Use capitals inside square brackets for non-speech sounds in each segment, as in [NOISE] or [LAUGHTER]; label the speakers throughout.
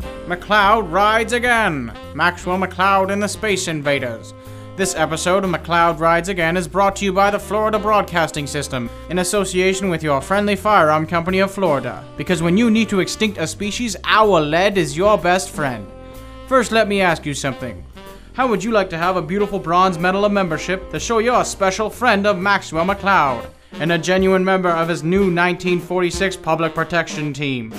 Speaker 1: McCloud Rides Again Maxwell McCloud and the Space Invaders. This episode of McCloud Rides Again is brought to you by the Florida Broadcasting System in association with your friendly firearm company of Florida. Because when you need to extinct a species, our lead is your best friend. First, let me ask you something. How would you like to have a beautiful bronze medal of membership to show you're a special friend of Maxwell McCloud and a genuine member of his new 1946 public protection team?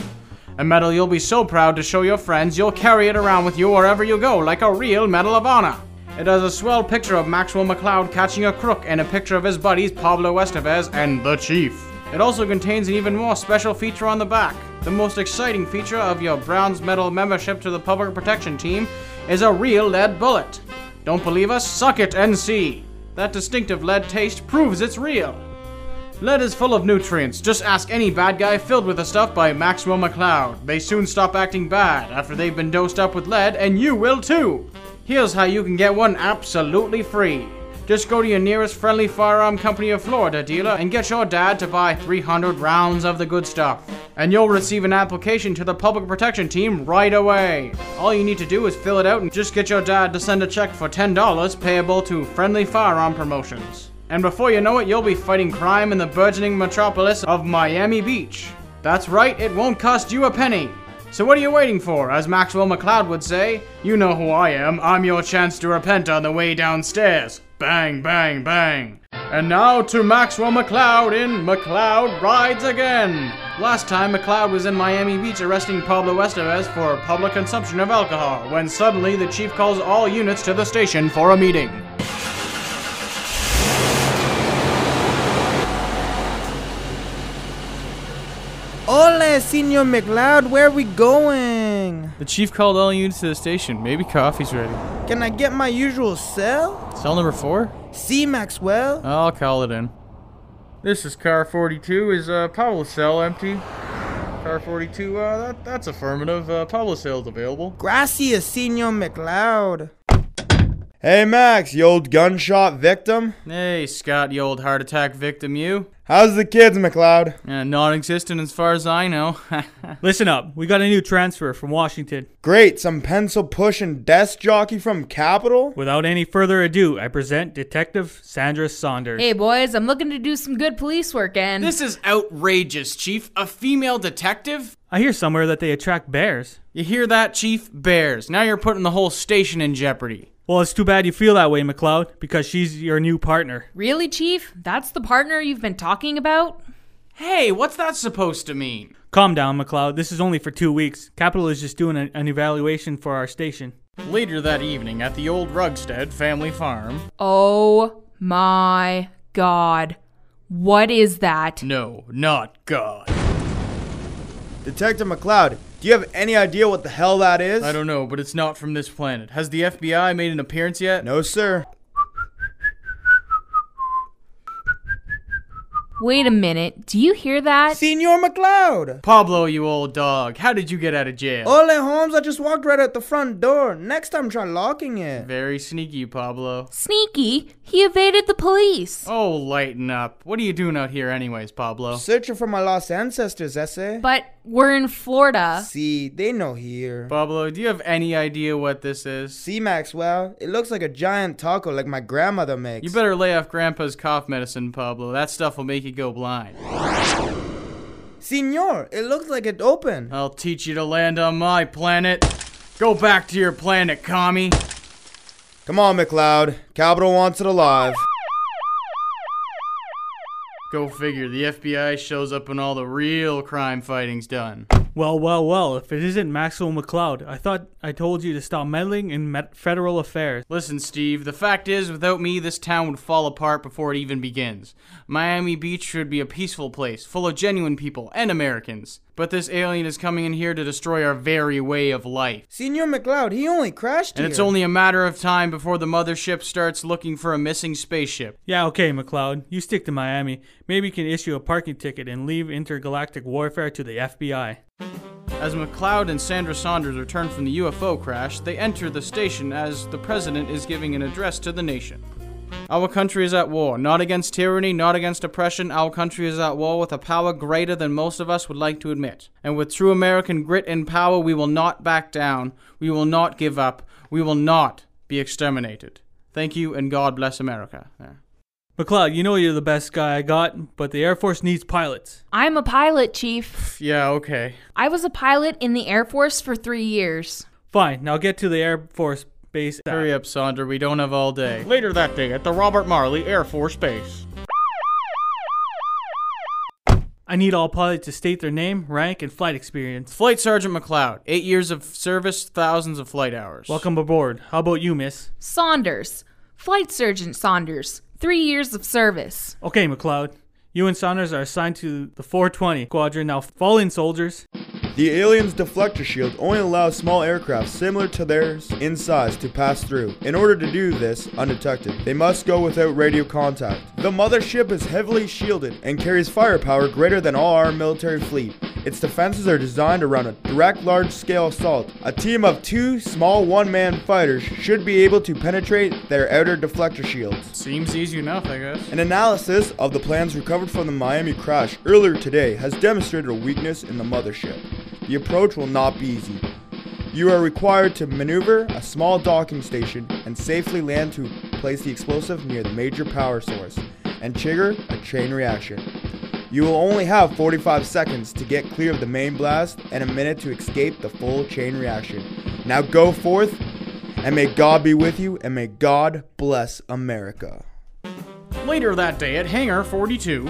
Speaker 1: A medal you'll be so proud to show your friends you'll carry it around with you wherever you go like a real Medal of Honor. It has a swell picture of Maxwell McCloud catching a crook and a picture of his buddies Pablo Estevez and the Chief. It also contains an even more special feature on the back. The most exciting feature of your bronze medal membership to the Public Protection Team is a real lead bullet. Don't believe us? Suck it and see. That distinctive lead taste proves it's real. Lead is full of nutrients. Just ask any bad guy filled with the stuff by Maxwell McCloud. They soon stop acting bad after they've been dosed up with lead, and you will too. Here's how you can get one absolutely free. Just go to your nearest friendly firearm company of Florida dealer and get your dad to buy 300 rounds of the good stuff. And you'll receive an application to the public protection team right away. All you need to do is fill it out and just get your dad to send a check for $10 payable to Friendly Firearm Promotions. And before you know it, you'll be fighting crime in the burgeoning metropolis of Miami Beach. That's right, it won't cost you a penny. So what are you waiting for? As Maxwell McCloud would say, you know who I am. I'm your chance to repent on the way downstairs. Bang, bang, bang. And now to Maxwell McCloud in McCloud Rides Again. Last time, McCloud was in Miami Beach arresting Pablo Estevez for public consumption of alcohol when suddenly the chief calls all units to the station for a meeting.
Speaker 2: Ole, Senor McLeod, where we going?
Speaker 3: The chief called all units to the station. Maybe coffee's ready.
Speaker 2: Can I get my usual cell?
Speaker 3: Cell number four?
Speaker 2: See, Maxwell?
Speaker 3: I'll call it in.
Speaker 1: This is car 42. Is uh, Pablo's cell empty? Car 42, uh, that, that's affirmative. Uh, Pablo's cell's available.
Speaker 2: Gracias, Senor McLeod.
Speaker 4: Hey Max, you old gunshot victim.
Speaker 1: Hey, Scott, you old heart attack victim, you.
Speaker 4: How's the kids, McLeod?
Speaker 1: Uh, non existent as far as
Speaker 3: [LAUGHS]
Speaker 1: I know.
Speaker 5: Listen up. We got a new transfer from Washington.
Speaker 4: Great, some pencil pushing desk jockey from Capitol?
Speaker 5: Without any further ado, I present Detective Sandra Saunders.
Speaker 6: Hey boys, I'm looking to do some good police work and
Speaker 1: this is outrageous, Chief. A female detective?
Speaker 5: I hear somewhere that they attract bears.
Speaker 1: You hear that, Chief? Bears. Now you're putting the whole station in jeopardy.
Speaker 5: Well, it's too bad you feel that way, McLeod, because she's your new partner.
Speaker 6: Really, Chief? That's the partner you've been talking about?
Speaker 1: Hey, what's that supposed to mean?
Speaker 5: Calm down, McLeod. This is only for two weeks. Capital is just doing a- an evaluation for our station.
Speaker 1: Later that evening at the old Rugstead family farm.
Speaker 6: Oh my god. What is that?
Speaker 1: No, not God.
Speaker 4: Detective McLeod, do you have any idea what the hell that is?
Speaker 1: I don't know, but it's not from this planet. Has the FBI made an appearance yet?
Speaker 4: No, sir.
Speaker 6: Wait a minute. Do you hear that?
Speaker 2: Senor McLeod!
Speaker 1: Pablo, you old dog. How did you get out of jail?
Speaker 4: Oh.
Speaker 2: Ole, Holmes, I just walked right out the front door. Next time, try locking it.
Speaker 1: Very sneaky, Pablo.
Speaker 6: Sneaky, he evaded the police.
Speaker 1: Oh, lighten up. What are you doing out here, anyways, Pablo?
Speaker 2: Searching for my lost ancestors, ese.
Speaker 6: But we're in Florida.
Speaker 2: See, they know here.
Speaker 1: Pablo, do you have any idea what this is?
Speaker 2: See, Maxwell, it looks like a giant taco like my grandmother makes.
Speaker 1: You better lay off Grandpa's cough medicine, Pablo. That stuff will make you go blind.
Speaker 2: Senor, it looks like it opened.
Speaker 1: I'll teach you to land on my planet. Go back to your planet, commie.
Speaker 4: Come on, McLeod. Capitol wants it alive.
Speaker 1: Go figure, the FBI shows up when all the real crime fighting's done.
Speaker 5: Well, well, well, if it isn't Maxwell McLeod, I thought I told you to stop meddling in met- federal affairs.
Speaker 1: Listen, Steve, the fact is, without me, this town would fall apart before it even begins. Miami Beach should be a peaceful place, full of genuine people and Americans. But this alien is coming in here to destroy our very way of life.
Speaker 2: Senor McLeod, he only crashed
Speaker 1: And
Speaker 2: here.
Speaker 1: it's only a matter of time before the mothership starts looking for a missing spaceship.
Speaker 5: Yeah, okay, McLeod. You stick to Miami. Maybe you can issue a parking ticket and leave intergalactic warfare to the FBI.
Speaker 1: As McLeod and Sandra Saunders return from the UFO crash, they enter the station as the president is giving an address to the nation. Our country is at war, not against tyranny, not against oppression. Our country is at war with a power greater than most of us would like to admit. And with true American grit and power, we will not back down. We will not give up. We will not be exterminated. Thank you, and God bless America. There.
Speaker 5: McLeod, you know you're the best guy I got, but the Air Force needs pilots.
Speaker 6: I'm a pilot, Chief.
Speaker 1: Yeah, okay.
Speaker 6: I was a pilot in the Air Force for three years.
Speaker 5: Fine, now get to the Air Force base.
Speaker 1: Hurry up, Sonder. We don't have all day. Later that day at the Robert Marley Air Force Base.
Speaker 5: I need all pilots to state their name, rank, and flight experience.
Speaker 1: Flight Sergeant McLeod, eight years of service, thousands of flight hours.
Speaker 5: Welcome aboard. How about you, miss?
Speaker 6: Saunders, Flight Surgeon Saunders, three years of service.
Speaker 5: Okay, McLeod. You and Saunders are assigned to the 420 squadron. Now fall in, soldiers.
Speaker 4: The alien's deflector shield only allows small aircraft similar to theirs in size to pass through. In order to do this undetected, they must go without radio contact. The mothership is heavily shielded and carries firepower greater than all our military fleet. Its defenses are designed around a direct large scale assault. A team of two small one man fighters should be able to penetrate their outer deflector shields.
Speaker 1: Seems easy enough, I guess.
Speaker 4: An analysis of the plans recovered from the Miami crash earlier today has demonstrated a weakness in the mothership. The approach will not be easy. You are required to maneuver a small docking station and safely land to place the explosive near the major power source and trigger a chain reaction. You will only have 45 seconds to get clear of the main blast and a minute to escape the full chain reaction. Now go forth and may God be with you and may God bless America.
Speaker 1: Later that day at Hangar 42.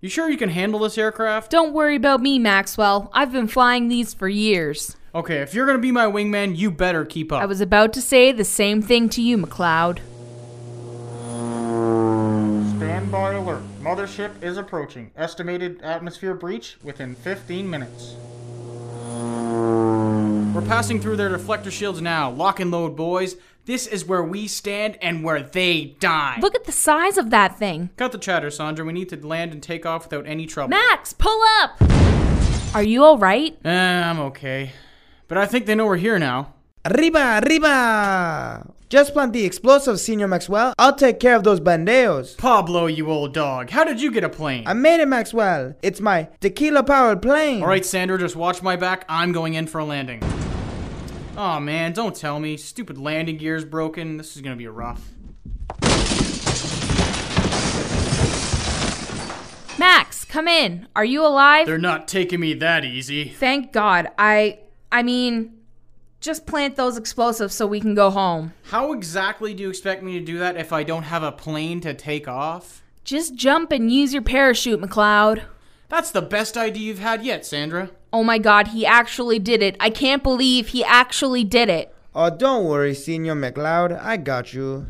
Speaker 1: You sure you can handle this aircraft?
Speaker 6: Don't worry about me, Maxwell. I've been flying these for years.
Speaker 1: Okay, if you're gonna be my wingman, you better keep
Speaker 6: I
Speaker 1: up.
Speaker 6: was about to say the same thing to you, McLeod.
Speaker 1: Stand by alert. Mothership is approaching. Estimated atmosphere breach within 15 minutes. We're passing through their deflector shields now. Lock and load, boys. This is where we stand and where they die.
Speaker 6: Look at the size of that thing.
Speaker 1: Cut the chatter, Sandra. We need to land and take off without any trouble.
Speaker 6: Max, pull up! Are you alright?
Speaker 1: Eh, I'm okay. But I think they know we're here now.
Speaker 2: Arriba, arriba! Just plant the explosives, Senor Maxwell. I'll take care of those bandeos.
Speaker 1: Pablo, you old dog. How did you get a plane?
Speaker 2: I made it, Maxwell. It's my tequila powered plane.
Speaker 1: All right, Sandra, just watch my back. I'm going in for a landing. Oh man, don't tell me. Stupid landing gear's broken. This is gonna be rough.
Speaker 6: Max, come in. Are you alive?
Speaker 1: They're not taking me that easy.
Speaker 6: Thank God. I. I mean, just plant those explosives so we can go home.
Speaker 1: How exactly do you expect me to do that if I don't have a plane to take off?
Speaker 6: Just jump and use your parachute, McLeod.
Speaker 1: That's the best idea you've had yet, Sandra.
Speaker 6: Oh my God, he actually did it. I can't believe he actually did it.
Speaker 2: Oh, don't worry, Senor McLeod. I got you.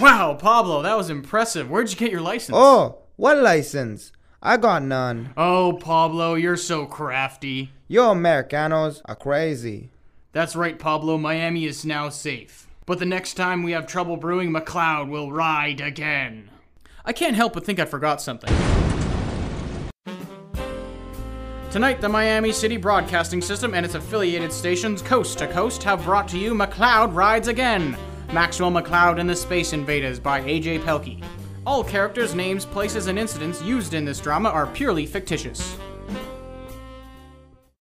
Speaker 1: Wow, Pablo, that was impressive. Where'd you get your license?
Speaker 2: Oh, what license? I got none.
Speaker 1: Oh, Pablo, you're so crafty.
Speaker 2: You Americanos are crazy.
Speaker 1: That's right, Pablo. Miami is now safe. But the next time we have trouble brewing, McLeod will ride again. I can't help but think I forgot something. Tonight, the Miami City Broadcasting System and its affiliated stations coast to coast have brought to you McLeod Rides Again Maxwell McLeod and the Space Invaders by A.J. Pelkey. All characters, names, places, and incidents used in this drama are purely fictitious.